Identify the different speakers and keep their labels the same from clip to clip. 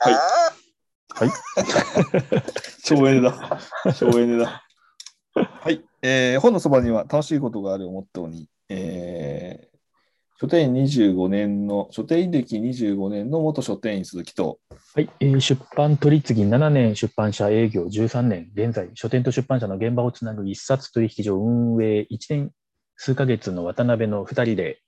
Speaker 1: はい
Speaker 2: あ
Speaker 1: はい。
Speaker 3: 省エネ だ。省エネだ。
Speaker 1: はい、えー本のそばには楽しいことがあるをモットーに、えー書店員25年の、書店員歴25年の元書店員鈴木と、
Speaker 4: はい、えー出版取次7年、出版社営業13年、現在、書店と出版社の現場をつなぐ一冊取引所運営1年数ヶ月の渡辺の2人で、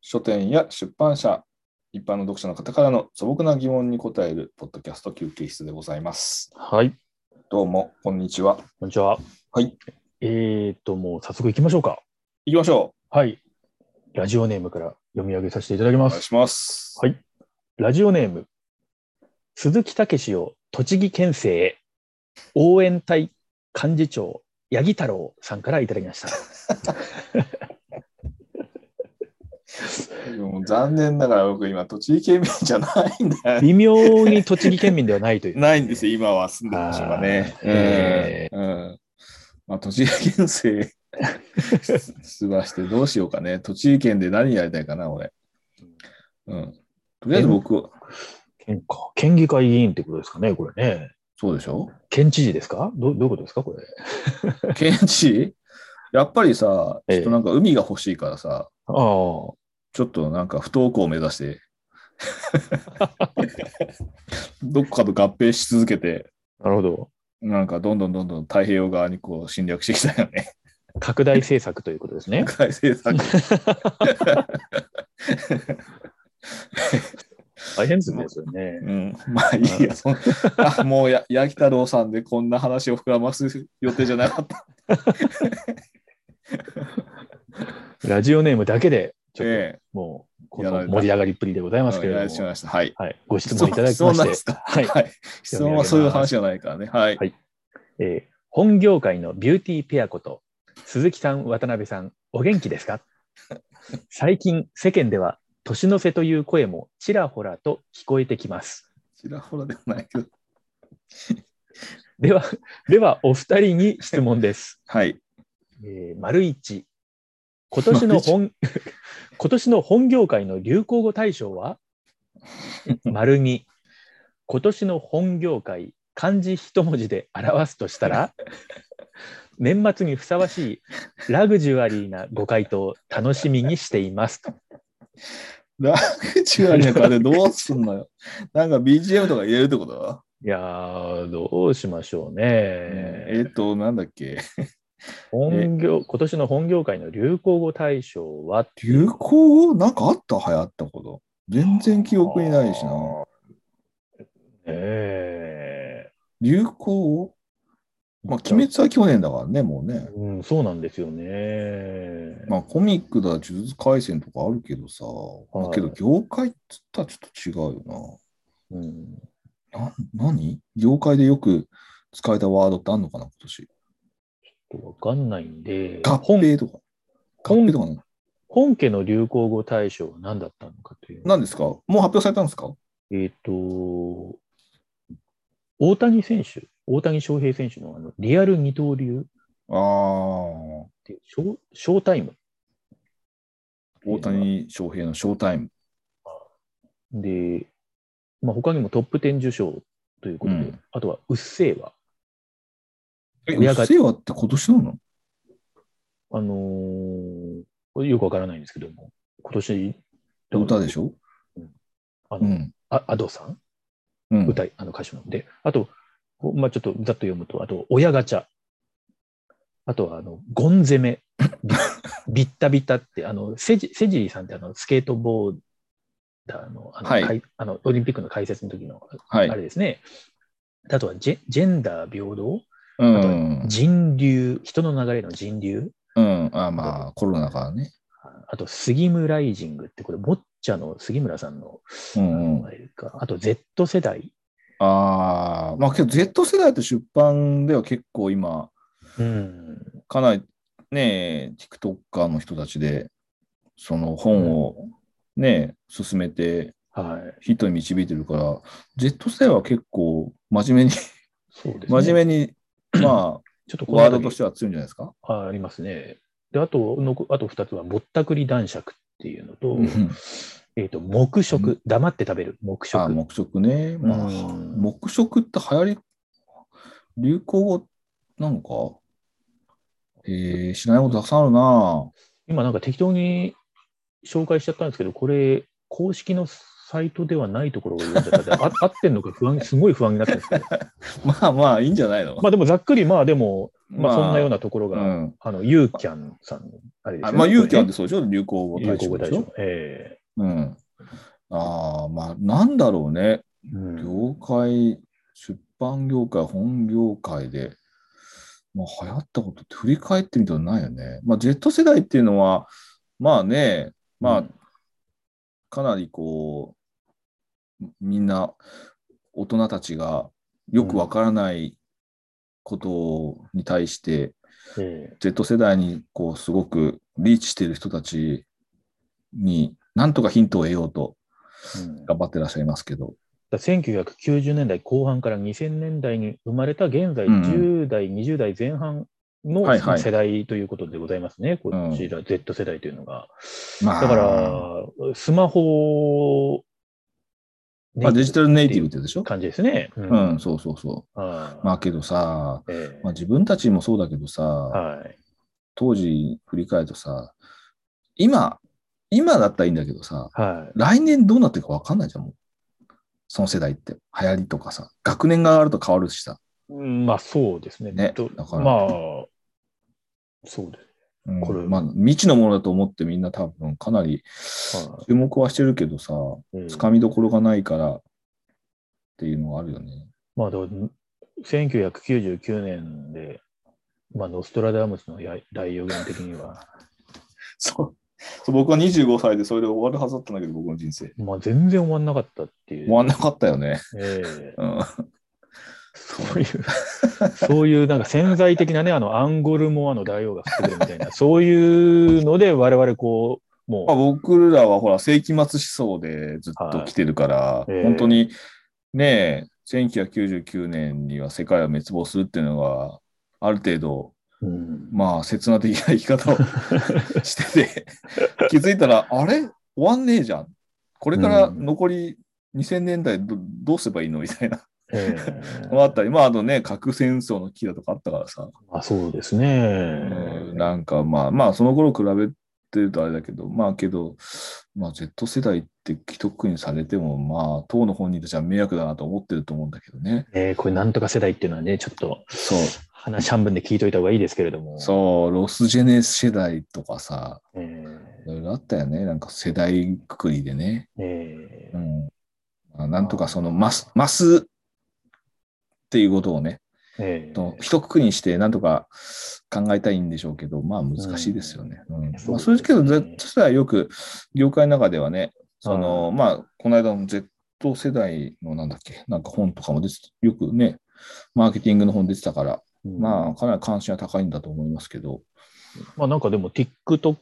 Speaker 1: 書店や出版社、一般の読者の方からの素朴な疑問に答えるポッドキャスト休憩室でございます。
Speaker 4: はい、
Speaker 1: どうも、こんにちは。
Speaker 4: こんにちは。
Speaker 1: はい。
Speaker 4: えーっと、もう早速行きましょうか。
Speaker 1: 行きましょ
Speaker 4: はい。ラジオネームから読み上げさせていただき
Speaker 1: う。お
Speaker 4: ま
Speaker 1: 願い
Speaker 4: す。
Speaker 1: します。
Speaker 4: はい。ラジオネーム、鈴木武を栃木県政へ、応援隊幹事長、八木太郎さんからいただきま した。
Speaker 1: でも残念ながら僕今、栃木県民じゃないんだよ。
Speaker 4: 微妙に栃木県民ではないという。
Speaker 1: ないんですよ、今は住んでる場所がね。
Speaker 4: あーえ
Speaker 1: うん。うんまあ、栃木県政 すばしてどうしようかね。栃木県で何やりたいかな、俺。うん。とりあえず僕は、
Speaker 4: 県か。県議会議員ってことですかね、これね。
Speaker 1: そうでしょ
Speaker 4: 県知事ですかどどういうことですか、これ。
Speaker 1: 県知事やっぱりさ、ち
Speaker 4: え
Speaker 1: ょ
Speaker 4: え
Speaker 1: っとなんか海が欲しいからさ、
Speaker 4: あ
Speaker 1: ちょっとなんか不登校を目指 して、どこかと合併し続けて、
Speaker 4: あ、なるほど。
Speaker 1: なんかどんどんどんどん太平洋側にこう侵略してきたよね。
Speaker 4: 拡大政策ということで すね。
Speaker 1: 海政策。
Speaker 4: 大変ですね、それね。
Speaker 1: うん、まあいいや、そんあもうや、八木太郎さんでこんな話を膨らます予定じゃなかった。
Speaker 4: ラジオネームだけで、ちょっと
Speaker 1: え
Speaker 4: もう、こ
Speaker 1: やら
Speaker 4: の
Speaker 1: れた
Speaker 4: 盛り上がりっぷりでござい
Speaker 1: え、
Speaker 4: ますけれ
Speaker 1: お
Speaker 4: ど
Speaker 1: 願いし
Speaker 4: も。
Speaker 1: ました。はい。
Speaker 4: はい、ご質問いただき
Speaker 1: そう
Speaker 4: ま
Speaker 1: なんで
Speaker 4: し
Speaker 1: す
Speaker 4: て、
Speaker 1: か
Speaker 4: はい
Speaker 1: はい。質問はそういう話じゃないからね。はい。
Speaker 4: はいえー本業界のビューティーペアこと鈴木さん、渡辺さん、お元気ですか 最近、世間では年の瀬という声もちらほらと聞こえてきます。
Speaker 1: ちらほらではないけど。
Speaker 4: では、ではお二人に質問です。
Speaker 1: はい。
Speaker 4: えー丸一、今年の本、 今年の本業界の流行語大賞 は丸二、今年の本業界、漢字一文字で表すとし たら年末にふさわしいラグジュアリーなご回答を楽しみにしていますと。
Speaker 1: ラグジュアリーの金どうすんのよ。なんか BGM とか入れるってこと
Speaker 4: いやー、どうしましょうね。
Speaker 1: えっと、なんだっけ。
Speaker 4: 本業、今年の本業界の流行語大賞は
Speaker 1: 流行語なんかあった流行ったこと。全然記憶にないしな。
Speaker 4: え
Speaker 1: 流行語まあ、鬼滅は去年だからね、もうね。
Speaker 4: うん、そうなんですよね。
Speaker 1: まあコミックだ、呪術廻戦とかあるけどさ、まあ
Speaker 4: はい
Speaker 1: けど業界っつったらちょっと違うよ
Speaker 4: うん、
Speaker 1: な。な何業界でよく使えたワードってあんのかな、今年。
Speaker 4: わかんないんで、
Speaker 1: 合
Speaker 4: 本
Speaker 1: 併とか。合併とかな
Speaker 4: 本家の流行語大賞は何だったのかという。
Speaker 1: 何ですかもう発表されたんですか
Speaker 4: えっ、と、大谷選手、大谷翔平選手のあのリアル二刀流
Speaker 1: ああ、大
Speaker 4: っていうショーショータイム。
Speaker 1: 谷翔平のショータイム。
Speaker 4: で、まあ、他にもトップ10受賞ということで、
Speaker 1: うん
Speaker 4: あとは、うっせぇわ。
Speaker 1: え、う
Speaker 4: 親が
Speaker 1: っせぇわって今年なの
Speaker 4: あのーこれよくわからないんですけども、今年、
Speaker 1: 歌でしょ
Speaker 4: あ
Speaker 1: う
Speaker 4: の、
Speaker 1: ん。
Speaker 4: あアドさん
Speaker 1: うん、
Speaker 4: 歌い、あの歌手なんで、あと、こうまあ、ちょっとざっと読むと、あと、親ガチャ、あとは、あの、ゴン 攻め、ビビッタビタって、あの、セジセジリさんって、あの、スケートボーダーの、あの、
Speaker 1: はい
Speaker 4: かいあのオリンピックの解説の時の、
Speaker 1: は
Speaker 4: あ
Speaker 1: い。
Speaker 4: れですね。あとはジェ、ジェンダー平等、
Speaker 1: うん。
Speaker 4: 人流、人の流れの人流、
Speaker 1: うん。あまあ、コロナからね。
Speaker 4: あと、杉村ライジングって、これ、ボッチャの杉村さんの、
Speaker 1: う
Speaker 4: あ
Speaker 1: ん、うん
Speaker 4: の。あれかあと、Z 世代、
Speaker 1: ああ、まあけど Z 世代って出版では結構今、
Speaker 4: うん、
Speaker 1: かなりね、TikToker の人たちで、その本をね、進めて、
Speaker 4: はい。
Speaker 1: ヒットに導いてるから、Z 世代は結構真面目に、
Speaker 4: そうですね。
Speaker 1: 真面目 に、まあ、
Speaker 4: ちょっとこの
Speaker 1: ワード
Speaker 4: 辺り
Speaker 1: としては強いんじゃないですか。
Speaker 4: あありますね。で、あと、のあと2つは、ぼったくり男爵っていうのと、
Speaker 1: うん
Speaker 4: えっと、黙
Speaker 1: う
Speaker 4: 食、黙って食べる、黙食。
Speaker 1: あ、黙食ね。まあ、
Speaker 4: うん
Speaker 1: 黙食って流行り、流行語なのか。えー、知らないことたくさんあるな
Speaker 4: 今、なんか適当に紹介しちゃったんですけど、これ、公式のサイトではないところを読んじゃったんで、あ 合ってんのか不安、すごい不安になってるんですけど、
Speaker 1: まあまあ、いいんじゃないの、
Speaker 4: まあでもざっくり、まあでも、まあそんなようなところ
Speaker 1: う
Speaker 4: が、
Speaker 1: ん。
Speaker 4: あの、ユーキャンさんの、あれです
Speaker 1: あ
Speaker 4: よ
Speaker 1: まあ、ユーキャンっ
Speaker 4: で
Speaker 1: てそうでしょ流行語
Speaker 4: 有
Speaker 1: 大
Speaker 4: 効
Speaker 1: 賞
Speaker 4: 語
Speaker 1: で
Speaker 4: 大
Speaker 1: しょ
Speaker 4: 賞。え
Speaker 1: うん。ああ、まあ、なんだろうね。
Speaker 4: えうん
Speaker 1: 業界、出版業界、本業界で、まあ、流行ったことって振り返ってみたらないよね。まあ、Z 世代っていうのは、まあね、まあ、
Speaker 4: うん
Speaker 1: かなりこう、みんな、大人たちがよくわからないことに対して、
Speaker 4: ええ
Speaker 1: Z 世代にこうすごくリーチしている人たちに、なんとかヒントを得ようと
Speaker 4: うん
Speaker 1: 頑張ってらっしゃいますけど。
Speaker 4: だから1990年代後半から2000年代に生まれた現在
Speaker 1: うん
Speaker 4: 10代、20代前半の
Speaker 1: はいはい
Speaker 4: 世代ということでございますね、
Speaker 1: ん
Speaker 4: こちら Z 世代というのが。
Speaker 1: まあ
Speaker 4: だから、スマホ、
Speaker 1: まあ、デジタルネイティブっ
Speaker 4: って
Speaker 1: てでし
Speaker 4: い
Speaker 1: ょ
Speaker 4: う感じですね。う
Speaker 1: うんん、そうそうそ
Speaker 4: あ
Speaker 1: う。まあけどさ、
Speaker 4: ええ
Speaker 1: まあ、自分たちもそうだけどさ、
Speaker 4: はい
Speaker 1: 当時振り返るとさ、今、今だったらいいんだけどさ、
Speaker 4: は
Speaker 1: 来年どうなってるか分かんないじゃん、もう。その世代って。流行りとかさ、学年が上がると変わるしさ。
Speaker 4: いうん。まあ、そうですね。
Speaker 1: ね
Speaker 4: と
Speaker 1: だから
Speaker 4: まあ、そうで
Speaker 1: うん
Speaker 4: これ
Speaker 1: まあ、未知のものだと思ってみんな多分かなり
Speaker 4: はい
Speaker 1: 注目はしてるけどさ、
Speaker 4: す。
Speaker 1: つ
Speaker 4: うん
Speaker 1: かみどころがないからっていうのはあるよね。
Speaker 4: まあ、だから1999年で、まあ、ノストラダムスのや大予言的には、
Speaker 1: そう。僕は25歳でそれで終わるはずだったんだけど、僕の人生。
Speaker 4: まあ、全然終わんなかったっていう。
Speaker 1: 終わんなかったよね。
Speaker 4: ええ
Speaker 1: うん。
Speaker 4: そういう、そういうなんか潜在的なね、あの、アンゴルモアの大王が降ってくるみたい な、そういうので、我々こう、
Speaker 1: まあ、
Speaker 4: も
Speaker 1: 僕らはほら世紀末思想でずっと来てるから、
Speaker 4: ええ
Speaker 1: 本当にねえ1999年には世界は滅亡するっていうのがある程度
Speaker 4: う、うん
Speaker 1: まあ刹那的な生き 方をしてて気づいたらあれ終わんねえじゃんこれから残り2000年代どどうすればいいのみたいな
Speaker 4: ええ
Speaker 1: のがあったりまああとね核戦争の危機だとかあったからさ、
Speaker 4: まあ、そうですね。
Speaker 1: うんなんかまあまあその頃比べてるとあれだけどまあけど、まあ、Z 世代って既得にされてもまあ当の本人たちは迷惑だなと思ってると思うんだけどね
Speaker 4: ええこれ、なんとか世代っていうのはね、ちょっと、
Speaker 1: そう
Speaker 4: 話半分で聞いといた方がいいですけれども。
Speaker 1: そうロスジェネ世代とかさ
Speaker 4: え
Speaker 1: いろいろあったよねなんか世代くくりでね、
Speaker 4: ええ
Speaker 1: う
Speaker 4: え
Speaker 1: んまあ、なんとかそのマスマスっていうことをね
Speaker 4: ええ
Speaker 1: と一括りにしてなんとか考えたいんでしょうけど、まあ難しいですよね。うん
Speaker 4: そうですね
Speaker 1: まあ、それですけど、Z 世代はよく業界の中ではね、そのまあ、この間の Z 世代のなんだっけ、なんか本とかも出て、よくね、マーケティングの本出てたから、まあかなり関心は高いんだと思いますけど、
Speaker 4: まあなんかでも TikTok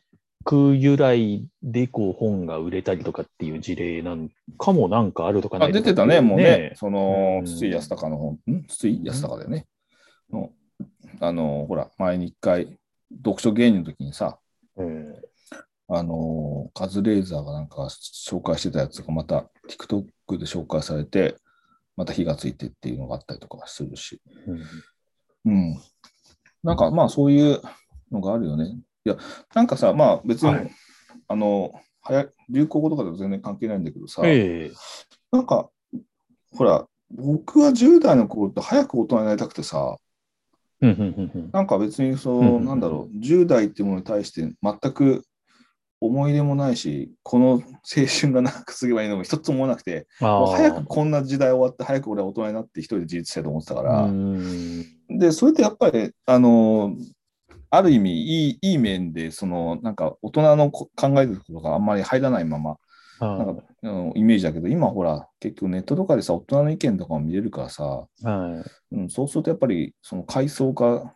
Speaker 4: 由来でこう本が売れたりとかっていう事例なんかもなんかあるとかな
Speaker 1: あ
Speaker 4: いと
Speaker 1: 出
Speaker 4: かってい
Speaker 1: てたね、もうね、その
Speaker 4: うん
Speaker 1: 筒井康隆の本、ん筒井康隆だよね。のあの、ほら、前に一回、読書芸人の時にさ、
Speaker 4: え
Speaker 1: あのーカズレーザーがなんか紹介してたやつがまた TikTok で紹介されて、また火がついてっていうのがあったりとかするし、
Speaker 4: えうん
Speaker 1: うん。なんかまあそういうのがあるよね。いや、なんかさ、まあ別に、
Speaker 4: はい
Speaker 1: あの、はや流行語とかでは全然関係ないんだけどさ、
Speaker 4: ええ
Speaker 1: なんか、ほら、僕は10代の頃って早く大人になりたくてさ、
Speaker 4: うんうんうんうん
Speaker 1: なんか別にそう、
Speaker 4: うんうんうん
Speaker 1: なんだろう、10代ってものに対して全く思い出もないし、この青春が長く過ぎればいいのも一つも思わなくて、
Speaker 4: あ
Speaker 1: もう
Speaker 4: あ
Speaker 1: 早くこんな時代終わって、早く俺は大人になって一人で自立したいと思ってたか
Speaker 4: う
Speaker 1: ら、
Speaker 4: ん
Speaker 1: で、それってやっぱり、あの、ある意味いい、いい面で、その、なんか大人のこ考えてることがあんまり入らないまま、なんか、うん、イメージだけど、今ほら、結局ネットとかでさ、大人の意見とかも見れるからさ、
Speaker 4: はい
Speaker 1: うん、そうするとやっぱりその階層化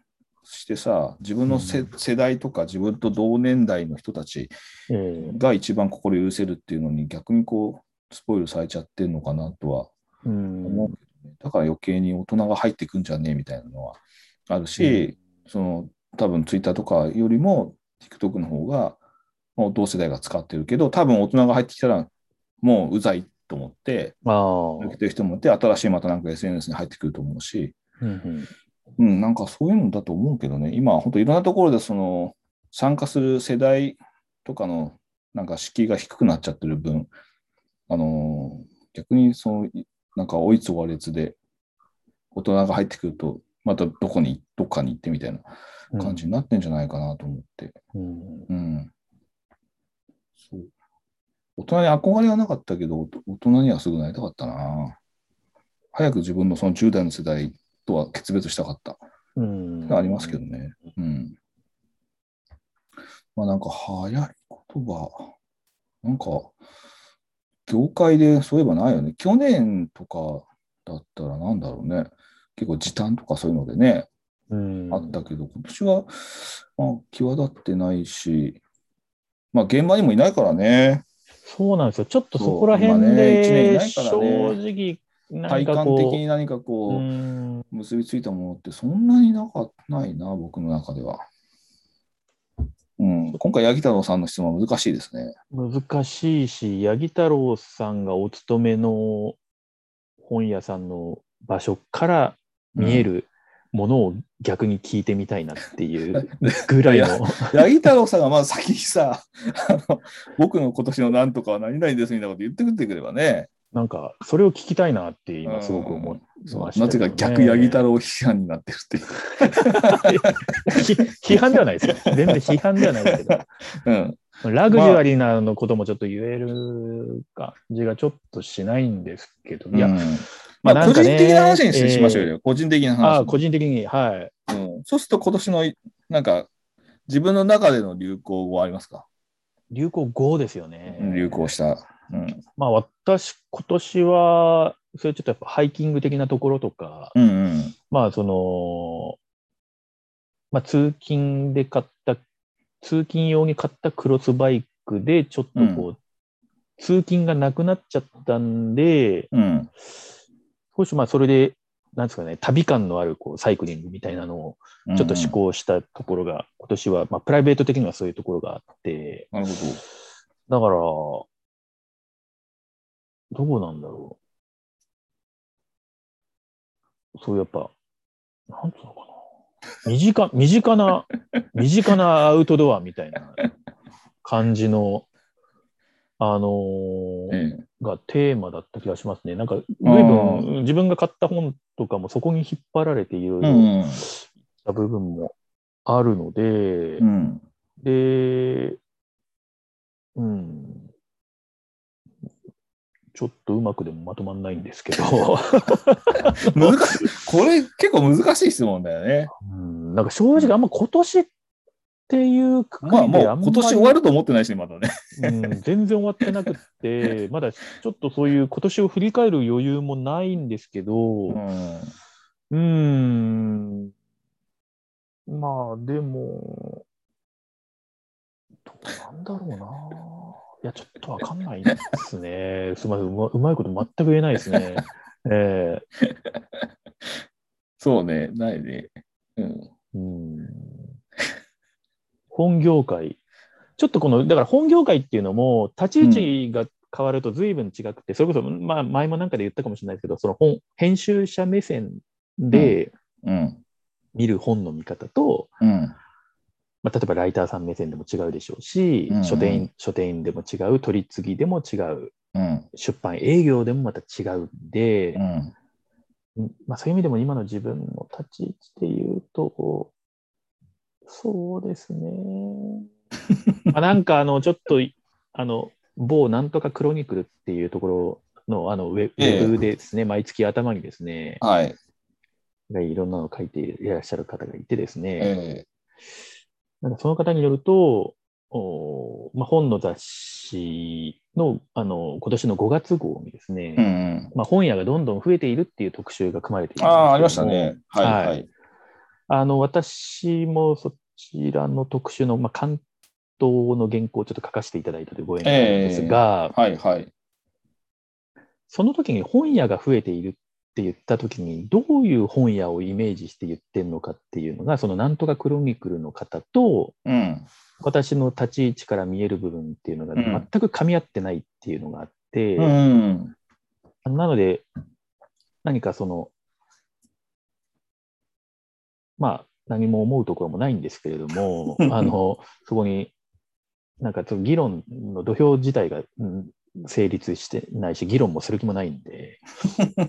Speaker 1: してさ自分のせ、
Speaker 4: うん
Speaker 1: 世代とか自分と同年代の人たち
Speaker 4: ええ
Speaker 1: が一番心許せるっていうのに逆にこスポイルされちゃってるのかなとは
Speaker 4: うん
Speaker 1: 思うけどね。だから余計に大人が入ってくんじゃねえみたいなのはあるし、その多分ツイッターとかよりも TikTok の方がもう同世代が使ってるけど、多分大人が入ってきたらもううざいと思って、
Speaker 4: ああ、
Speaker 1: 受けてる人もいて、新しいまたなんか SNS に入ってくると思うし、
Speaker 4: うんうん
Speaker 1: うん、なんかそういうのだと思うけどね、今、本当いろんなところでその参加する世代とかのなんか敷居が低くなっちゃってる分、あのー逆にそのいなんか追いつ追われつで大人が入ってくると、またどこに、どっかに行ってみたいな
Speaker 4: うん
Speaker 1: 感じになってんじゃないかなと思って。
Speaker 4: うん
Speaker 1: うん。そう。大人に憧れはなかったけど、おと大人にはすぐなりたかったな。早く自分のその10代の世代とは決別したかった。
Speaker 4: うん
Speaker 1: ありますけどね。うん。まあなんか早い言葉。なんか、業界でそういえばないよね。去年とかだったらなんだろうね。結構時短とかそういうのでね、
Speaker 4: うん
Speaker 1: あったけど、今年は、まあ、際立ってないし、まあ、現場にもいないからね、
Speaker 4: そうなんですよ。ちょっと
Speaker 1: そう
Speaker 4: そこら辺
Speaker 1: 今ね一年い
Speaker 4: で、
Speaker 1: ないからね
Speaker 4: 正直、な
Speaker 1: 体
Speaker 4: んか
Speaker 1: 感的
Speaker 4: こ
Speaker 1: に何か
Speaker 4: う、う
Speaker 1: こ
Speaker 4: ん
Speaker 1: う、結びついたものってそんなになかないな、僕の中では。うん、今回、八木太郎さんの質問は難しいですね。
Speaker 4: 難しいし、八木太郎さんがお勤めの本屋さんの場所から見えるものを逆に聞いてみたいなっていうぐらいの。
Speaker 1: 八木太郎さんがまず先にさ、あの僕の今年のなんとかは何々ですみたいなこと言ってくれてくればね、
Speaker 4: なんか、それを聞きたいなって今すごく思い
Speaker 1: そう
Speaker 4: ました
Speaker 1: なぜ
Speaker 4: けど
Speaker 1: か
Speaker 4: ね
Speaker 1: 逆八木太郎批判になってるっていう。
Speaker 4: ひ批判ではないですよ。全然批判ではないですけど。
Speaker 1: うん
Speaker 4: ラグジュアリーなのこともちょっと言える感じがちょっとしないんですけど、いや、
Speaker 1: うん
Speaker 4: まあ
Speaker 1: まあ、
Speaker 4: なん
Speaker 1: 個
Speaker 4: か
Speaker 1: 人
Speaker 4: ね
Speaker 1: 的な話にし,、
Speaker 4: えー
Speaker 1: ましょうよ。個人的な
Speaker 4: あ
Speaker 1: 話
Speaker 4: あ、。個人的に、はい。
Speaker 1: うん、そうすると今年のい、なんか、自分の中での流行語はありますか、
Speaker 4: 流行語ですよね。
Speaker 1: 流行した。うん。
Speaker 4: まあ、私、今年は、それちょっとやっぱハイキング的なところとか、
Speaker 1: うんうん。
Speaker 4: まあ、その、まあ、通勤で買った、通勤用に買ったクロスバイクで、ちょっとこう、通勤がなくなっちゃったんで、
Speaker 1: うん。
Speaker 4: 少しまあそれで、なんですかね、旅感のあるこうサイクリングみたいなのを
Speaker 1: うん
Speaker 4: ちょっと試。行したところが、今年は、まあ、プライベート的にはそういうところがあって、
Speaker 1: なるほ
Speaker 4: だから、どうなんだろう。そう、やっぱ、なんつうのかな。身近、 身近な、身近なアウトドアみたいな感じの、あのー
Speaker 1: ど。ええ
Speaker 4: がテーマだった気がしますね。なんか、随
Speaker 1: あ
Speaker 4: 分自分が買った本とかもそこに引っ張られていろいろ
Speaker 1: う
Speaker 4: 行っ
Speaker 1: ん、うん。
Speaker 4: た部分もあるので、
Speaker 1: うん。
Speaker 4: で、うん、ちょっとうまくでもまとまんないんですけど、
Speaker 1: 難しい。これ結構難しい質問だよね。
Speaker 4: うん、なんか正直あんま今年っていうくく
Speaker 1: まあ
Speaker 4: り
Speaker 1: もう
Speaker 4: でんまり
Speaker 1: 今年終わると思ってないしね、まだね。
Speaker 4: うん、全然終わってなくって、まだちょっとそういう今年を振り返る余裕もないんですけど、
Speaker 1: うん。
Speaker 4: うーん。まあ、でも、どうなんだろうな。いや、ちょっとわかんないですね。すみません、うまうまいこと全く言えないですね。え
Speaker 1: そうね、ないね。うん。
Speaker 4: えうん。本業界。ちょっとこの、だから本業界っていうのも、立ち位置が変わると随分違くて、それこそ、まあ、前もなんかで言ったかもしれないですけど、その本、編集者目線で
Speaker 1: うん。
Speaker 4: 見る本の見方と、
Speaker 1: うん。
Speaker 4: まあ、例えばライターさん目線でも違うでしょうし、
Speaker 1: うんうん
Speaker 4: 書店員書店員でも違う取り次ぎでも違う
Speaker 1: うん。
Speaker 4: 出版営業でもまた違うんで
Speaker 1: う、ん。
Speaker 4: まあ、そういう意味でも今の自分の立ち位置で言うとそうです ねまあなんかあのちょっとあの某なんとかクロニクルっていうところのあのウェウ
Speaker 1: ええ
Speaker 4: ェブでですね、毎月頭にですね、
Speaker 1: はい。
Speaker 4: いろんなのを書いていらっしゃる方がいてですね、
Speaker 1: え
Speaker 4: なんかその方によると、おーまあ、本の雑誌のあの今年の5月号にですね、
Speaker 1: えうん。
Speaker 4: まあ、本屋がどんどん増えているっていう特集が組まれているんですけ
Speaker 1: あ
Speaker 4: ども
Speaker 1: あ、ありましたね。はい。
Speaker 4: はい
Speaker 1: はい。
Speaker 4: あの私もそちらの特集の、まあ、関東の原稿をちょっと書かせていただいたというご縁があるんですが、
Speaker 1: はい。はい。
Speaker 4: その時に本屋が増えているって言った時に、どういう本屋をイメージして言ってるのかっていうのが、そのなんとかクロニクルの方と、
Speaker 1: うん。
Speaker 4: 私の立ち位置から見える部分っていうのが
Speaker 1: うん
Speaker 4: 全く噛み合ってないっていうのがあって、
Speaker 1: うん。
Speaker 4: なので、何かその、まあ、何も思うところもないんですけれど も、あの、そこに、なんかちょっと議論の土俵自体が、うん成立してないし、議論もする気もない んで、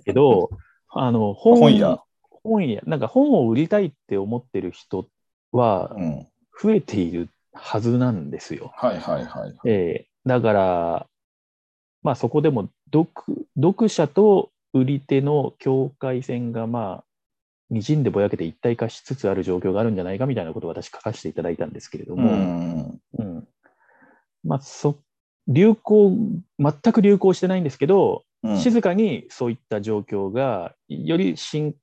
Speaker 4: けど、あの、本
Speaker 1: 本屋。
Speaker 4: 本屋、なんか本を売りたいって思ってる人は
Speaker 1: うん。
Speaker 4: 増えているはずなんですよ。
Speaker 1: はいはいはい。
Speaker 4: ええだから、まあ、そこでも読読者と売り手の境界線がまあにじんでぼやけて一体化しつつある状況があるんじゃないかみたいなことを私書かせていただいたんですけれど
Speaker 1: う
Speaker 4: も、
Speaker 1: ん。
Speaker 4: うんまあ、そ流行全く流行してないんですけど、
Speaker 1: うん
Speaker 4: 静かにそういった状況がより進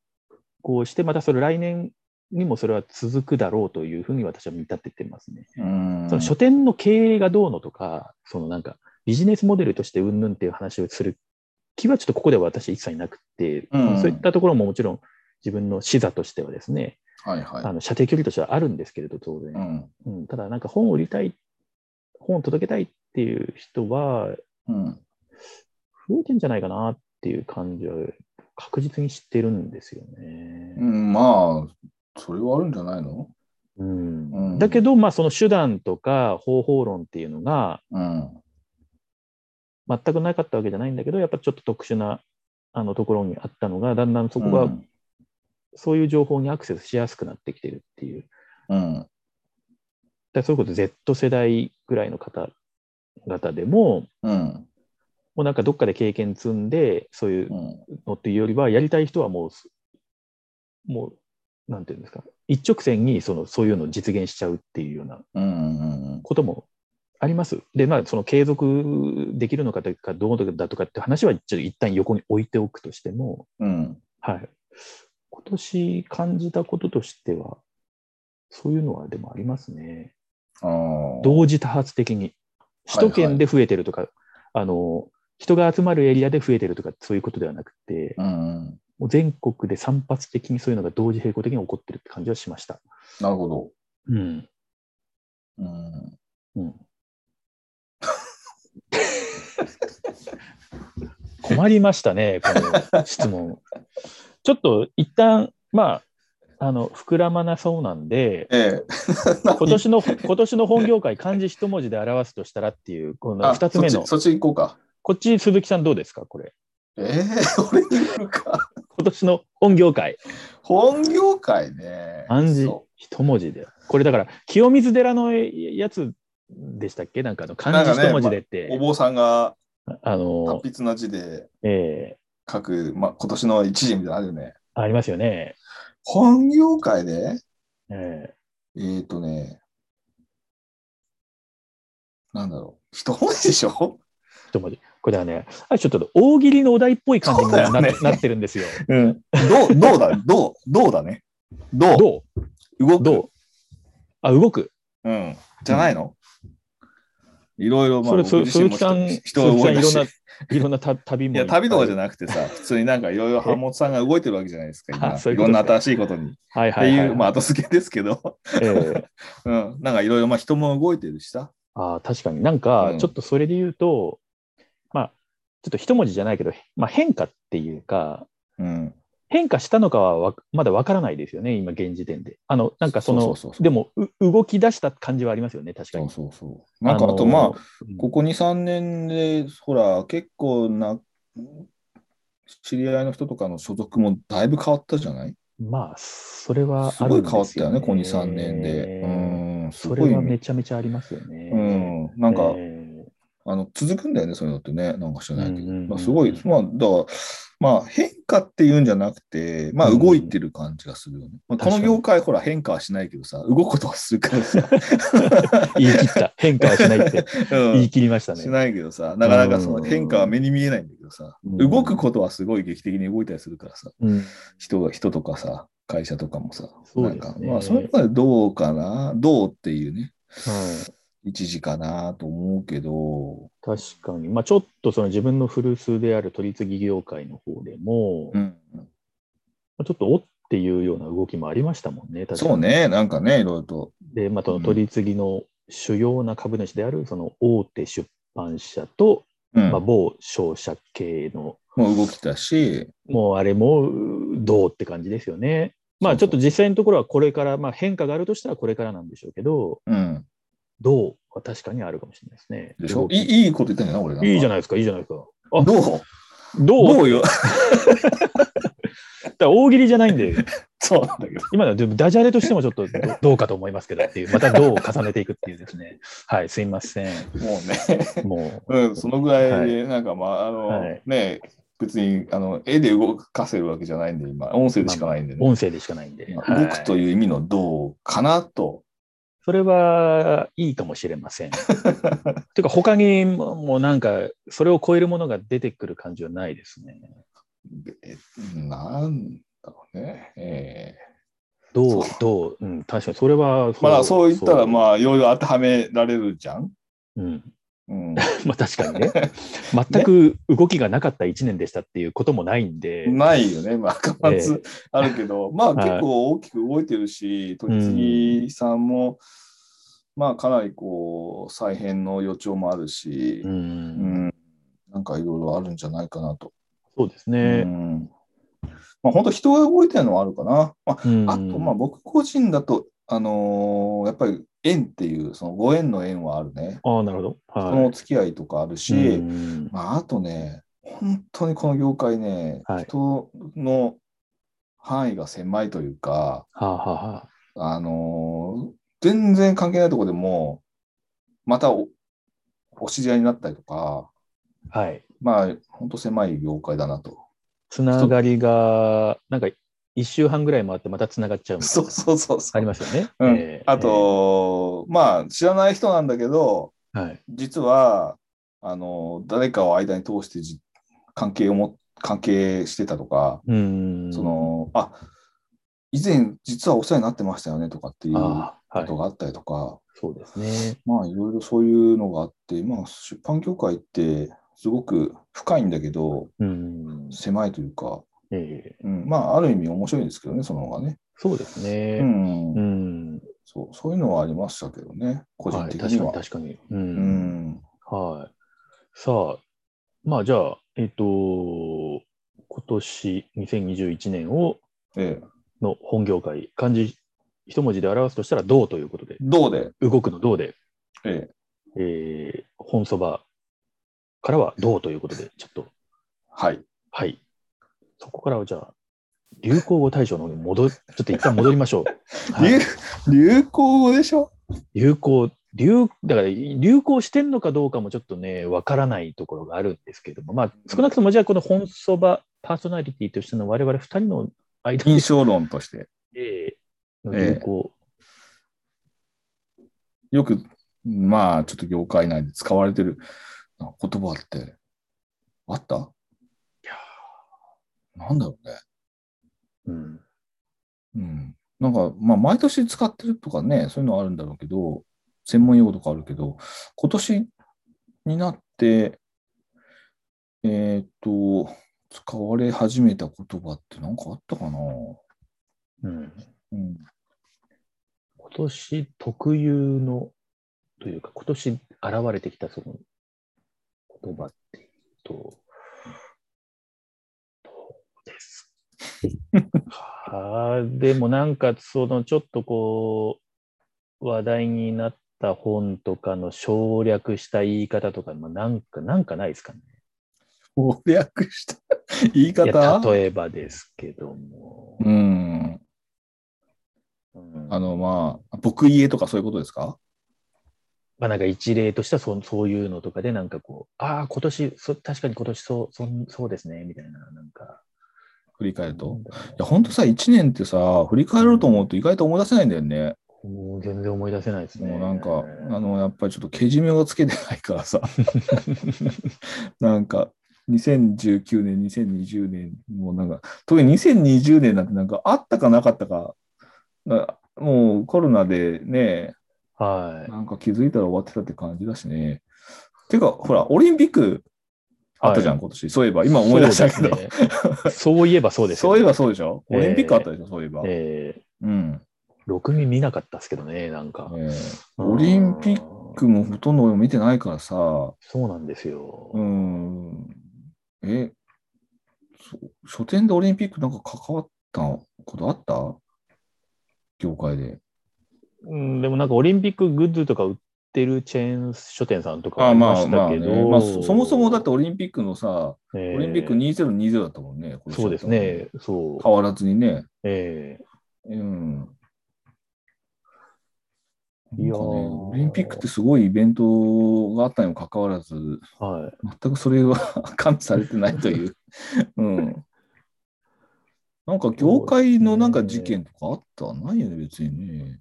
Speaker 4: 行してまたそれ来年にもそれは続くだろうというふうに私は見立ててますね。
Speaker 1: うん
Speaker 4: その書店の経営がどうのとか、そのなんかビジネスモデルとしてうんぬんっていう話をする気はちょっとここでは私一切なくって、
Speaker 1: うん
Speaker 4: そういったところももちろん自分の視座としてはですね、
Speaker 1: はいはい
Speaker 4: あ。の射程距離としてはあるんですけれど、当
Speaker 1: う
Speaker 4: 然、
Speaker 1: ん。
Speaker 4: うんただなんか本を売りたい、本を届けたいっていう人は
Speaker 1: うん。
Speaker 4: 増えてんじゃないかなっていう感じは確実に知ってるんですよね。
Speaker 1: うんまあ、それはあるんじゃないの
Speaker 4: うん
Speaker 1: うん
Speaker 4: だけど、まあ、その手段とか方法論っていうのが、
Speaker 1: うん。
Speaker 4: 全くなかったわけじゃないんだけど、やっぱちょっと特殊なあのところにあったのが、だんだんそこ
Speaker 1: う
Speaker 4: が
Speaker 1: ん
Speaker 4: そういう情報にアクセスしやすくなってきてるっていう、
Speaker 1: うん。
Speaker 4: だからそういうこと Z 世代ぐらいの方々でも、
Speaker 1: うん。
Speaker 4: もうなんかどっかで経験積んで、そういう
Speaker 1: うん
Speaker 4: のっていうよりは、やりたい人はもうす、もう、なんていうんですか、一直線にそのそういうのを実現しちゃうっていうような
Speaker 1: うん。
Speaker 4: こともあります。で、まあ、その継続できるのかというか、どうだとかって話は、ちょっと一旦横に置いておくとしても、
Speaker 1: うん。
Speaker 4: はい。今年感じたこととしては、そういうのはでもありますね。
Speaker 1: あー
Speaker 4: 同時多発的に。
Speaker 1: はい
Speaker 4: 首都圏で増えてるとか、あの、人が集まるエリアで増えてるとか、そういうことではなくて、
Speaker 1: うん。
Speaker 4: もう全国で散発的にそういうのが同時並行的に起こってるって感じはしました。
Speaker 1: なるほど。
Speaker 4: うん。
Speaker 1: うん。
Speaker 4: うん、困りました ね、この質問。ちょっと一旦、まあ、あの、膨らまなそうなん で、
Speaker 1: ええ。
Speaker 4: 今年の、今年の本業界、漢字一文字で表すとしたらっていう、この
Speaker 1: あ
Speaker 4: 2つ目
Speaker 1: そっ
Speaker 4: の
Speaker 1: ち、そっち行こうか。
Speaker 4: こっち、鈴木さんどうですか、これ。
Speaker 1: ええ、 俺に来るか。
Speaker 4: 今年の本業界、
Speaker 1: 本業界ね。
Speaker 4: 漢字
Speaker 1: そ
Speaker 4: 一文字で。これだから、清水寺のやつでしたっけなんかあの漢字一文字でって、
Speaker 1: うお坊さんが
Speaker 4: あの、
Speaker 1: 達筆な字で
Speaker 4: え
Speaker 1: 書く、まあ、今年の一時みたいなのあるよね。
Speaker 4: ーありますよね。
Speaker 1: 本業界で、
Speaker 4: え
Speaker 1: えっ、ー、とね、なんだろう。一文字でしょ
Speaker 4: ー一文字。これはね、あれちょっと大喜利のお題っぽい感じにな,、
Speaker 1: そうだよね
Speaker 4: なってるんですよ。
Speaker 1: うん。どう、どうだ、どう、どうだね。どう、
Speaker 4: ど
Speaker 1: 動
Speaker 4: う
Speaker 1: く。
Speaker 4: どうあ、動く。
Speaker 1: うん。じゃないの、いろいろ、まあ、
Speaker 4: それ、そ
Speaker 1: 僕
Speaker 4: れ
Speaker 1: 自身
Speaker 4: 鈴
Speaker 1: も
Speaker 4: 木さ
Speaker 1: 人
Speaker 4: ん、鈴木
Speaker 1: 人
Speaker 4: さ
Speaker 1: を動いた
Speaker 4: んいろん
Speaker 1: し
Speaker 4: な、いろんなた旅も。
Speaker 1: いや、旅とかじゃ
Speaker 4: な
Speaker 1: なくて さ、普通になんかいろいろハモさんが動いてるわけじゃないですか、
Speaker 4: あ
Speaker 1: 今。
Speaker 4: そうい
Speaker 1: いう
Speaker 4: こ
Speaker 1: ろんな
Speaker 4: とです
Speaker 1: 新
Speaker 4: ね
Speaker 1: しいことに。っ
Speaker 4: い。はいは
Speaker 1: て
Speaker 4: いはいい。
Speaker 1: う、まあ、後付けですけど、
Speaker 4: えー
Speaker 1: うん。なんかいろいろ、まあ、人も動いてるしさ。
Speaker 4: ああ、確かになんか
Speaker 1: う、ん
Speaker 4: ちょっとそれで言うと、まあ、ちょっと一文字じゃないけど、まあ、変化っていうか、
Speaker 1: うん。
Speaker 4: 変化したのかはわまだわからないですよね、今、現時点で。あの、なんかその、
Speaker 1: そうそうそうそう
Speaker 4: でもう動き出した感じはありますよね、確か
Speaker 1: そう
Speaker 4: に。
Speaker 1: そうそう。なんか、あと、まあ、こ
Speaker 4: こ、
Speaker 1: こ2、3年で、ほら、結構な、知り合いの人とかの所属もだいぶ変わったじゃない
Speaker 4: まあ、それは
Speaker 1: す
Speaker 4: あ
Speaker 1: ご
Speaker 4: る
Speaker 1: い
Speaker 4: んですよ、ね。
Speaker 1: 変わったよね、ここ2、3年で。うん、す
Speaker 4: そ
Speaker 1: ご
Speaker 4: れ
Speaker 1: い
Speaker 4: は。めちゃめちゃありますよね。
Speaker 1: うん、なんか、
Speaker 4: え
Speaker 1: あの続くんだよね、そういうのってね、なんか知らないけ
Speaker 4: う
Speaker 1: ど、
Speaker 4: んうんうんうん
Speaker 1: まあ、すごい、まあ、だから、まあ、変化っていうんじゃなくて、まあ、
Speaker 4: うん
Speaker 1: 動いてる感じがするよね。まあ、こ
Speaker 4: 確か
Speaker 1: の
Speaker 4: に
Speaker 1: 業界、ほら、変化はしないけどさ、動くことはするからさ、
Speaker 4: ー言い切った。変化はしないって
Speaker 1: うん
Speaker 4: 言い切りましたね。
Speaker 1: しないけどさ、なかなかその
Speaker 4: うん
Speaker 1: 変化は目に見えないんだけどさ、
Speaker 4: うん
Speaker 1: 動くことはすごい劇的に動いたりするからさ、
Speaker 4: うん
Speaker 1: 人が人とかさ、会社とかもさ、
Speaker 4: そう
Speaker 1: な
Speaker 4: で
Speaker 1: ん
Speaker 4: すね
Speaker 1: か、まあ、そういうことでどうかな、どうっていうね、
Speaker 4: はい
Speaker 1: 一時かなと思うけど、
Speaker 4: 確かに。まあ、ちょっとその自分の古巣である取り次ぎ業界の方でも、
Speaker 1: うん、
Speaker 4: まあちょっとおっていうような動きもありましたもんね。確かに
Speaker 1: そう。ね、なんかね、いろいろと。
Speaker 4: で、まあ、その
Speaker 1: うん
Speaker 4: 取り次ぎの主要な株主である、その大手出版社と、
Speaker 1: うん
Speaker 4: まあ、某商社系の、
Speaker 1: もう動きたし、
Speaker 4: もうあれもうどうって感じですよね。まあ、ちょっと実際のところはこれから、まあ、変化があるとしたらこれからなんでしょうけど、
Speaker 1: うん、
Speaker 4: どうは確かにあるかもしれないですね。
Speaker 1: でしょ
Speaker 4: 動き
Speaker 1: いいいいこと言ったんじゃない俺なんか。
Speaker 4: いいじゃ
Speaker 1: ない
Speaker 4: ないですか、いいじゃないですか。あ
Speaker 1: どう
Speaker 4: どう
Speaker 1: どうよ。
Speaker 4: だから大喜利じゃないんで、
Speaker 1: そうなんだけど。
Speaker 4: 今のはでもダジャレとしてもちょっ とどどうかと思いますけどっていう、またどうを重ねていくっていうですね。はい、すいません。
Speaker 1: もうね。
Speaker 4: も
Speaker 1: うん、そのぐらいで、なんかまあ、あの、
Speaker 4: はい
Speaker 1: ね、別にあの絵で動かせるわけじゃないんで、今、音声でしかないんで
Speaker 4: う、
Speaker 1: ね。
Speaker 4: 音声でしかないんで。
Speaker 1: ま
Speaker 4: は
Speaker 1: あ
Speaker 4: い
Speaker 1: 動くという意味のどうかなと。
Speaker 4: それはいいかもしれま せん。ていうか、他にももうなんか、それを超えるものが出てくる感じはないですね。
Speaker 1: えなんだろうね。え
Speaker 4: ど
Speaker 1: そ
Speaker 4: う
Speaker 1: う、
Speaker 4: どう、うん、確かにそれは
Speaker 1: ーまあ、そう言ったら、
Speaker 4: あ、
Speaker 1: まあ、いろいろ当てはめられるじゃん。
Speaker 4: うん、
Speaker 1: うん、
Speaker 4: まあ確かにね、全く動きがなかった1年でしたっていうこともないんで、
Speaker 1: ないよね、まあ、活発あるけど、まあ、結構大きく動いてるし、取次さんも、まあ、かなりこう、再編の予兆もあるし、
Speaker 4: う、
Speaker 1: うんん、なんかいろいろあるんじゃないかなと。
Speaker 4: そうです
Speaker 1: う
Speaker 4: ね。
Speaker 1: んまあ、本当人が動いてるのはあるかな。まあ、
Speaker 4: うん
Speaker 1: あと、まあ、僕個人だと、あのーやっぱり縁っていう、そのご縁の縁はあるね。
Speaker 4: ああ、なるほど。はい。
Speaker 1: そのお付き合いとかあるし、
Speaker 4: うん
Speaker 1: まあ、あとね、本当にこの業界ね、
Speaker 4: はい
Speaker 1: 人の範囲が狭いというか、
Speaker 4: はあ、はあはあ、
Speaker 1: あのー全然関係ないところでも、またおお知り合いになったりとか、
Speaker 4: はい。
Speaker 1: まあ、本当狭い業界だなと。
Speaker 4: つながりが、なんか1週半ぐらい回ってまたつながっちゃうみた
Speaker 1: そ
Speaker 4: いな
Speaker 1: うそうそうそう
Speaker 4: ありますよね。
Speaker 1: うん
Speaker 4: えー
Speaker 1: あ、と、まあ、知らない人なんだけど、
Speaker 4: えーはい、
Speaker 1: 実は、あの、誰かを間に通してじ関係をも、関係してたとか、
Speaker 4: うん。
Speaker 1: そ、の、あ、以前実はお世話になってましたよねとかっていうこ
Speaker 4: ああ、はい
Speaker 1: と、があったりとか、
Speaker 4: そうですね。
Speaker 1: まあ、いろいろそういうのがあって、まあ、出版業界ってすごく深いんだけど、
Speaker 4: うん。
Speaker 1: 狭いというか、
Speaker 4: ええ
Speaker 1: うん、まあ、ある意味面白いんですけどね、その方がね。
Speaker 4: そうです
Speaker 1: う
Speaker 4: ね。
Speaker 1: ん、
Speaker 4: うん。
Speaker 1: そう、そういうのはありましたけどね、個人
Speaker 4: はい、
Speaker 1: 的
Speaker 4: 確か
Speaker 1: に
Speaker 4: に
Speaker 1: は。
Speaker 4: 確かに。う。
Speaker 1: うんん
Speaker 4: はい。さあ、まあじゃあ、えっ、と、今年2021年を
Speaker 1: ええ、
Speaker 4: の本業界、漢字一文字で表すとしたら、どうということで、
Speaker 1: どうで、
Speaker 4: 動くのどうで、
Speaker 1: ええ、
Speaker 4: えー本そばからはどうということで、ちょっと、
Speaker 1: はい。
Speaker 4: はい。そこからはじゃあ、流行語大賞の方に戻る、ちょっと一旦戻りましょう。はい
Speaker 1: 流流行語でし ょ
Speaker 4: 流行、流、だから流行してんのかどうかもちょっとね、わからないところがあるんですけども、まあ、少なくともじゃあ、この本そばパーソナリティとしての我々二人の間
Speaker 1: 印象論として。
Speaker 4: で、の流行、
Speaker 1: よく、まあ、ちょっと業界内で使われてる言葉って、あったい
Speaker 4: や
Speaker 1: なんだろうね。
Speaker 4: うん、
Speaker 1: うん。なんか、まあ、毎年使ってるとかね、そういうのはあるんだろうけど、専門用語とかあるけど、今年になって、えっ、と、使われ始めた言葉ってなんかあったかな
Speaker 4: うん。
Speaker 1: うん。
Speaker 4: 今年特有の、というか、今年現れてきたその言葉っていうと、どうですかはあでもなんか、そのちょっとこう、話題になった本とかの省略した言い方とか、まあ、なんか、なんかないですかね。
Speaker 1: 省略した 言い
Speaker 4: い
Speaker 1: 方
Speaker 4: や例えばですけども。
Speaker 1: うん。
Speaker 4: うん
Speaker 1: あの、まあ、僕家とかそういうことですか
Speaker 4: まあ、なんか一例としてはそそういうのとかで、なんかこう、ああ、今年そ、確かに今年そうそんそうですね、みたいな、なんか。
Speaker 1: 振り返る
Speaker 4: な
Speaker 1: と
Speaker 4: ん。だろ
Speaker 1: いや、ほんとさ、1年ってさ、振り返ろうと思うと意外と思い出せないんだよね。
Speaker 4: うもう全然思い出せないですね。
Speaker 1: もうなんか、あの、やっぱりちょっとけじめをつけてないからさ。 なんか、2019年、2020年、もうなんか、特に2020年なんてなんかあったかなかったか、なもうコロナでね、
Speaker 4: はい。
Speaker 1: なんか気づいたら終わってたって感じだしね。てか、ほら、オリンピックあったじゃん、今年。そういえば、今思い出したけど。
Speaker 4: そうですねそういえばそうですよ
Speaker 1: そういえ
Speaker 4: ね、
Speaker 1: ばそうでしょオリンピックあったでしょ、そういえば。
Speaker 4: え
Speaker 1: うん。
Speaker 4: ー、6人見なかったですけどね、なんか。
Speaker 1: ええオリンピッ
Speaker 4: ク
Speaker 1: クもほとんど見てないからさ、
Speaker 4: そうなんですよ。
Speaker 1: うん。え、そ書店でオリンピックなんか関わったことあった業界で。
Speaker 4: うん、でもなんかオリンピックグッズとか売ってるチェーン書店さんとか
Speaker 1: あ
Speaker 4: り
Speaker 1: ま
Speaker 4: ま
Speaker 1: あ
Speaker 4: し
Speaker 1: ま
Speaker 4: た
Speaker 1: あ
Speaker 4: けど、
Speaker 1: ねまあ、そそもそもだってオリンピックのさ、
Speaker 4: オ
Speaker 1: オリンピック2020だったもんね、今年
Speaker 4: そうですね、そう。
Speaker 1: 変わらずにね。
Speaker 4: え
Speaker 1: うん。
Speaker 4: いやー
Speaker 1: なんかねオリンピックってすごいイベントがあったにもかかわらず、
Speaker 4: えはい。
Speaker 1: 全くそれは 加味されてないという。うん。なんか業界のなんか事件とかあったないよね、別にね。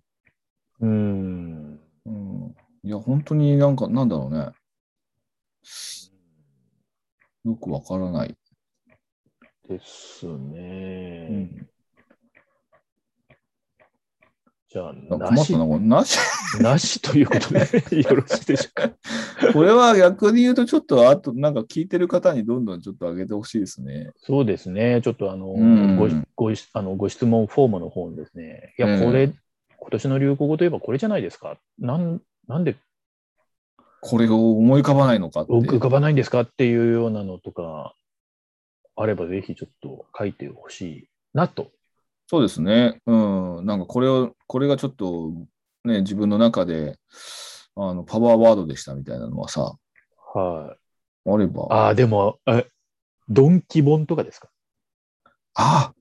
Speaker 4: うん。
Speaker 1: うん。いや、本当になんか、なんだろうね。よくわからない。
Speaker 4: ですね。
Speaker 1: うん。
Speaker 4: じゃ
Speaker 1: な
Speaker 4: あ、
Speaker 1: んか
Speaker 4: な
Speaker 1: 困った
Speaker 4: し、
Speaker 1: な、これ。なし。
Speaker 4: なし ということで よろしいでしょう か。
Speaker 1: これは逆に言うと、ちょっと、あと、なんか聞いてる方にどんどんちょっと上げてほしいですね。
Speaker 4: そうですね。ちょっとあの、
Speaker 1: うん
Speaker 4: ごごあのご質問フォームの方にですね、いや、
Speaker 1: うん
Speaker 4: これ、今年の流行語といえばこれじゃないですか。なんなんで
Speaker 1: これを思い浮かばないのかって。
Speaker 4: 浮かばないんですかっていうようなのとか、あればぜひちょっと書いてほしいなと。
Speaker 1: そうですね。うん。なんかこれを、これがちょっと、ね、自分の中で、あの、パワーワードでしたみたいなのはさ、
Speaker 4: はい。
Speaker 1: あれば。
Speaker 4: ああ、でも、え、ドンキ本とかですか
Speaker 1: あ、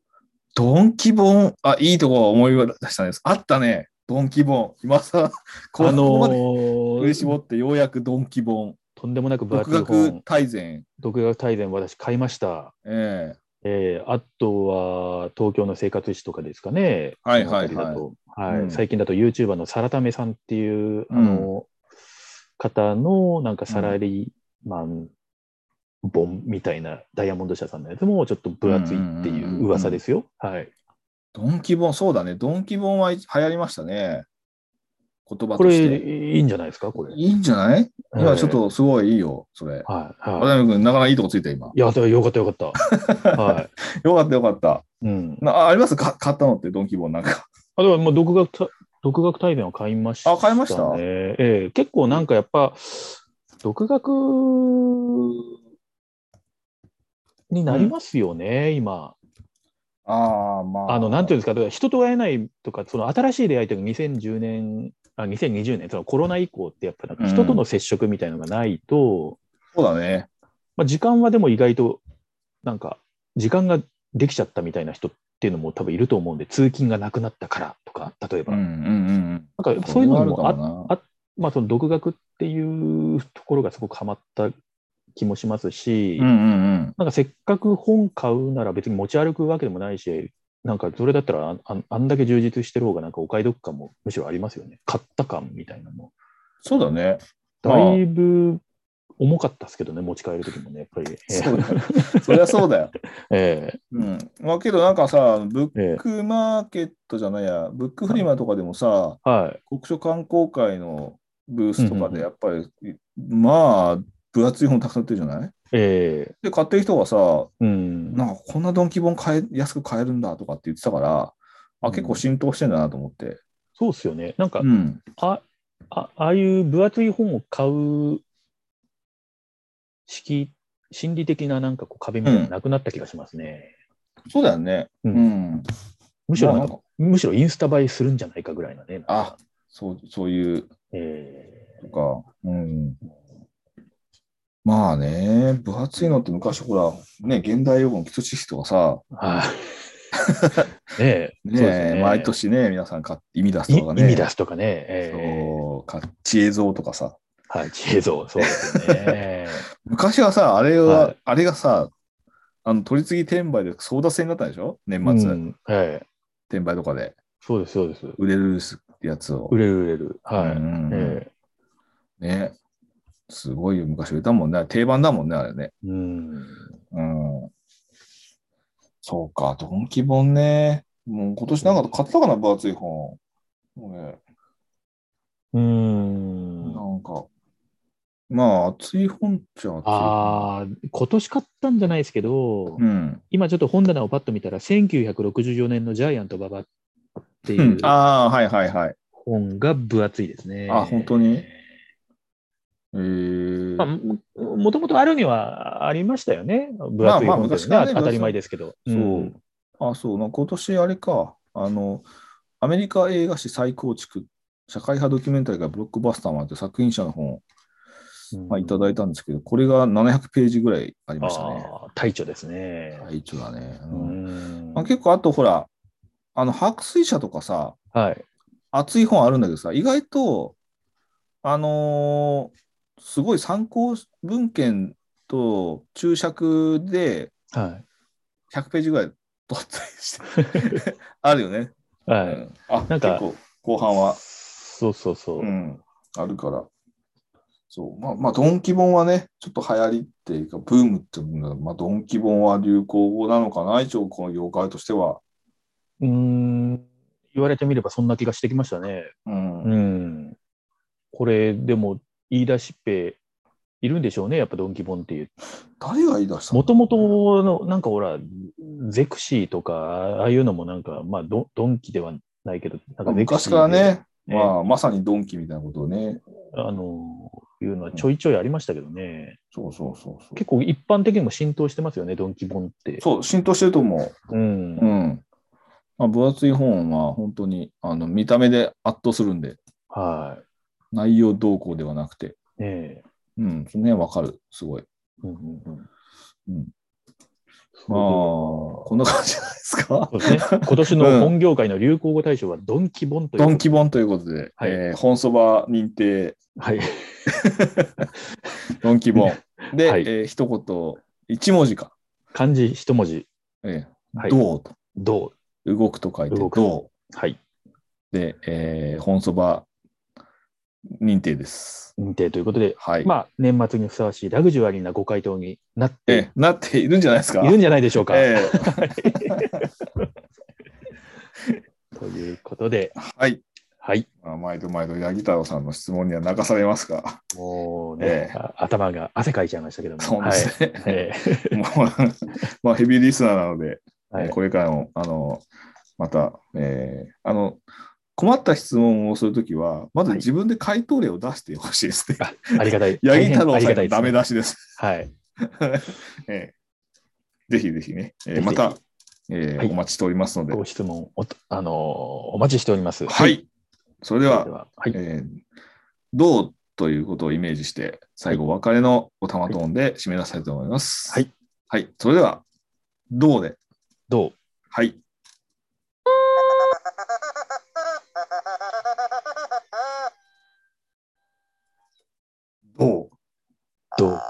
Speaker 1: ドンキ本。あ、いいとこ思い出したんです。あったね。ドンキ本。今さ、こ
Speaker 4: あの
Speaker 1: こまで
Speaker 4: ー
Speaker 1: 振り絞ってようやくドンキ本。
Speaker 4: とんでもなく分
Speaker 1: 独
Speaker 4: 厚い
Speaker 1: 学
Speaker 4: 本、
Speaker 1: 大全。
Speaker 4: 独学大全、私買いました。
Speaker 1: ええ
Speaker 4: えーあとは東京の生活史とかですかね。
Speaker 1: はいはいはい
Speaker 4: この辺りだとはい
Speaker 1: うん
Speaker 4: 最近だと YouTuber のさらためさんっていう、あの方のなんかサラリーマン本みたいなダイヤモンド社さんのやつもちょっと分厚いってい
Speaker 1: んうんうん
Speaker 4: う
Speaker 1: うん
Speaker 4: う噂ですよ。はい。
Speaker 1: ドンキ本、そうだね。ドンキ本は流行りましたね。言葉
Speaker 4: ことれ
Speaker 1: して。
Speaker 4: いいんじゃないですかこれ。
Speaker 1: いいんじゃない今ちょっとすごいいいよ、それ。
Speaker 4: えー。はい
Speaker 1: 渡
Speaker 4: はい。
Speaker 1: 辺君、なかなかいいとこついた、今。
Speaker 4: いや、だからよかったよかった。 は
Speaker 1: よかった、よかった。
Speaker 4: い。うん。
Speaker 1: なあありますか買ったのって、ドンキ本なんか。
Speaker 4: あ、でも、まあ、独学た、独学対面を買いました、
Speaker 1: あ
Speaker 4: ね。
Speaker 1: 買いました
Speaker 4: ええ結構なんかやっぱ、独学になりますよね、今。
Speaker 1: ああ、まあ。
Speaker 4: あの、なんていうんですか、だから人と会えないとか、その新しい出会いというか、2010年、あ、2020年、そのコロナ以降ってやっぱなんか人との接触みたいのがないと、
Speaker 1: そうだね。
Speaker 4: まあ、時間はでも意外と、なんか、時間ができちゃったみたいな人っていうのも多分いると思うんで、通勤がなくなったからとか、例え
Speaker 1: う
Speaker 4: ば。
Speaker 1: んうん
Speaker 4: なん
Speaker 1: うん。
Speaker 4: かそういうのもあっ
Speaker 1: も
Speaker 4: あまあ、その独学っていうところがすごくハマった気もしますし、
Speaker 1: うんうんうん。
Speaker 4: なんかせっかく本買うなら別に持ち歩くわけでもないし、なんかそれだったらあああんだけ充実してる方がなんかお買い得感もむしろありますよね。買った感みたいなの。
Speaker 1: そうだね。
Speaker 4: だいぶ重かったですけどね、持ち帰る時もね、やっぱり。
Speaker 1: そうだよ。 そりゃそうだよ。
Speaker 4: ええ
Speaker 1: うん。まあけどなんかさ、ブ
Speaker 4: え
Speaker 1: ックマーケットじゃないや、ブックフリマとかでもさ、
Speaker 4: はい。
Speaker 1: 国書観光会のブースとか
Speaker 4: うんうんうん
Speaker 1: でやっぱり、まあ、分厚い本たくさん売ってるじゃない
Speaker 4: ええ
Speaker 1: で、買ってる人がさ、
Speaker 4: うん。
Speaker 1: なんかこんなドンキ本買え安く買えるんだとかって言ってたから、あ、結構浸透してんだなと思って。
Speaker 4: そうっすよね。なんか、
Speaker 1: うん。
Speaker 4: ああああいう分厚い本を買う式心理的ななんかこう壁みたいなのなくなった気がしますね。
Speaker 1: そうだよね。
Speaker 4: う
Speaker 1: うんん。
Speaker 4: むしろ
Speaker 1: まあ
Speaker 4: なん
Speaker 1: なん
Speaker 4: か
Speaker 1: か
Speaker 4: むしろインスタ映えするんじゃないかぐらいのね。
Speaker 1: あ、そう、そういう
Speaker 4: ええ
Speaker 1: とか、うん。まあね、分厚いのって昔ほら、ね、現代用語の基礎知識とかさ、
Speaker 4: はい。 ねえ、
Speaker 1: ね
Speaker 4: そうですよね
Speaker 1: 毎年ね、皆さん買って意味出す
Speaker 4: い
Speaker 1: とかね。
Speaker 4: 意味出すとかね。ええ
Speaker 1: そう、か知恵像とかさ。
Speaker 4: はい、知恵像、そうですよ ね。
Speaker 1: 昔はさ、あれは、
Speaker 4: はい
Speaker 1: あれがさ、あの取り次ぎ転売で争奪戦になったんでしょ年末、
Speaker 4: うんええ
Speaker 1: 転売とかで
Speaker 4: そうです、そうです。
Speaker 1: 売れるやつを。
Speaker 4: 売れる売れる。はい。
Speaker 1: うん
Speaker 4: え
Speaker 1: ね。すごいよ、昔売れたもんね。定番だもんね、あれね。
Speaker 4: えうん。
Speaker 1: うん。そうか、ドンキ本ね。もう今年なんか買ったかな、分厚い本。ね
Speaker 4: うーん。
Speaker 1: なんか、まあ、熱い本っちゃ熱い。
Speaker 4: ああ、今年買ったんじゃないですけど、
Speaker 1: うん。
Speaker 4: 今ちょっと本棚をパッと見たら、1964年のジャイアント馬場っていう
Speaker 1: ああ、はいはいはい。
Speaker 4: 本が分厚いですね。
Speaker 1: あ、本当にえー
Speaker 4: まあ、ももともとあるにはありましたよね。分厚い
Speaker 1: まあ
Speaker 4: 本ですね。
Speaker 1: 昔からね
Speaker 4: 当たり前ですけど。
Speaker 1: そ
Speaker 4: ん
Speaker 1: う。。あ、そう。なんか今年あれか。あの、アメリカ映画史再構築、社会派ドキュメンタリーがブロックバスターまで作品者の本を、まあ、いただいたんですけど、これが700ページぐらいありましたね。
Speaker 4: ああ、大著ですね。
Speaker 1: はい、一応だね。う
Speaker 4: うんん
Speaker 1: まあ、結構、あとほら、あの、白水社とかさ、
Speaker 4: はい。
Speaker 1: 熱い本あるんだけどさ、意外と、あのーすごい参考文献と注釈で
Speaker 4: は
Speaker 1: 100ページぐらい取ったりして あるよね。
Speaker 4: い。は
Speaker 1: う
Speaker 4: い。
Speaker 1: んあ、
Speaker 4: なん
Speaker 1: 結
Speaker 4: か
Speaker 1: 構後半は、
Speaker 4: そうそうそうう。
Speaker 1: ん、あるから。そう、まあ、まあ、ドンキ本はね、ちょっと流行りっていうか、ブームっていうのは、まあ、ドンキ本は流行語なのかな、一応、この業界としては。
Speaker 4: うーん。言われてみればそんな気がしてきましたね。
Speaker 1: うん。
Speaker 4: うん。これ、でも、言い出しっぺ、いるんでしょうね。やっぱドン・キボンっていう。
Speaker 1: 誰が言い出したの
Speaker 4: もともとの、なんかほら、ゼクシーとか、ああいうのもなんか、まあド、ドンキではないけど、なんかゼクシ
Speaker 1: 昔
Speaker 4: ー
Speaker 1: から
Speaker 4: で
Speaker 1: ね、
Speaker 4: ね
Speaker 1: まあ、まさにドンキみたいなことをね。
Speaker 4: あの、いうのはちょいちょいありましたけどね。
Speaker 1: そうそうそうそう。
Speaker 4: 結構一般的にも浸透してますよね、ドンキボンって。
Speaker 1: そう、浸透してると思う。
Speaker 4: うん
Speaker 1: う。ん。まあ、分厚い本は本当にあの見た目で圧倒するんで、
Speaker 4: は
Speaker 1: 内容動向ではなくて、
Speaker 4: い。ねえ。
Speaker 1: うん、その辺わかる、すごい。
Speaker 4: うんうんうん。
Speaker 1: うんまあ、
Speaker 4: まあ、
Speaker 1: こんな感じじゃないですか
Speaker 4: そう。ですね。 今年の本業界の流行語大賞はドンキボンという。
Speaker 1: ドンキ本ということで、
Speaker 4: はい
Speaker 1: えー本そば認定、
Speaker 4: はい。
Speaker 1: ドンキ本。で、
Speaker 4: はい
Speaker 1: えー一言、一文字か。
Speaker 4: 漢字一文字。
Speaker 1: え
Speaker 4: は
Speaker 1: ー
Speaker 4: い。
Speaker 1: どうと。
Speaker 4: どう
Speaker 1: 動くと書いて、
Speaker 4: 動く
Speaker 1: ど
Speaker 4: はい。
Speaker 1: う。で、えー本そば認定です。
Speaker 4: 認定ということで、
Speaker 1: はい。
Speaker 4: まあ、年末にふさわしいラグジュアリーなご回答になっ
Speaker 1: え
Speaker 4: て
Speaker 1: ーなっているんじゃないですか。
Speaker 4: いるんじゃないでしょうか。
Speaker 1: えー
Speaker 4: ということで、
Speaker 1: はい。
Speaker 4: はい。
Speaker 1: まあ、毎度毎度、八木太郎さんの質問には泣かされますが、
Speaker 4: もう
Speaker 1: え
Speaker 4: ね、
Speaker 1: え
Speaker 4: あ頭が汗かいちゃいましたけども。
Speaker 1: そうですね。
Speaker 4: はい。え
Speaker 1: もうまあ、ヘビーリスナーなので、
Speaker 4: えはい
Speaker 1: これからも、あの、また、えーあの、困った質問をするときは、まず
Speaker 4: はい
Speaker 1: 自分で回答例を出してほしいです ね。
Speaker 4: あありがたい。
Speaker 1: 八
Speaker 4: 大
Speaker 1: 木
Speaker 4: 変
Speaker 1: 太郎
Speaker 4: あり
Speaker 1: さ
Speaker 4: が
Speaker 1: ん
Speaker 4: たい
Speaker 1: の
Speaker 4: です
Speaker 1: ダメ出しです。
Speaker 4: はい。
Speaker 1: えーぜひぜひね、えー
Speaker 4: ぜひぜひ
Speaker 1: また、えー
Speaker 4: はい
Speaker 1: お待ちしておりますので。
Speaker 4: ご質問おと、あのーお待ちしております。
Speaker 1: は。い。それで
Speaker 4: で
Speaker 1: は、
Speaker 4: は、はい。
Speaker 1: えーどうということをイメージして、最後、お別れのおたまトーンで締めなさいと思います。
Speaker 4: はい。
Speaker 1: はい。それでは、どうで、
Speaker 4: どう
Speaker 1: はい。どう
Speaker 4: どう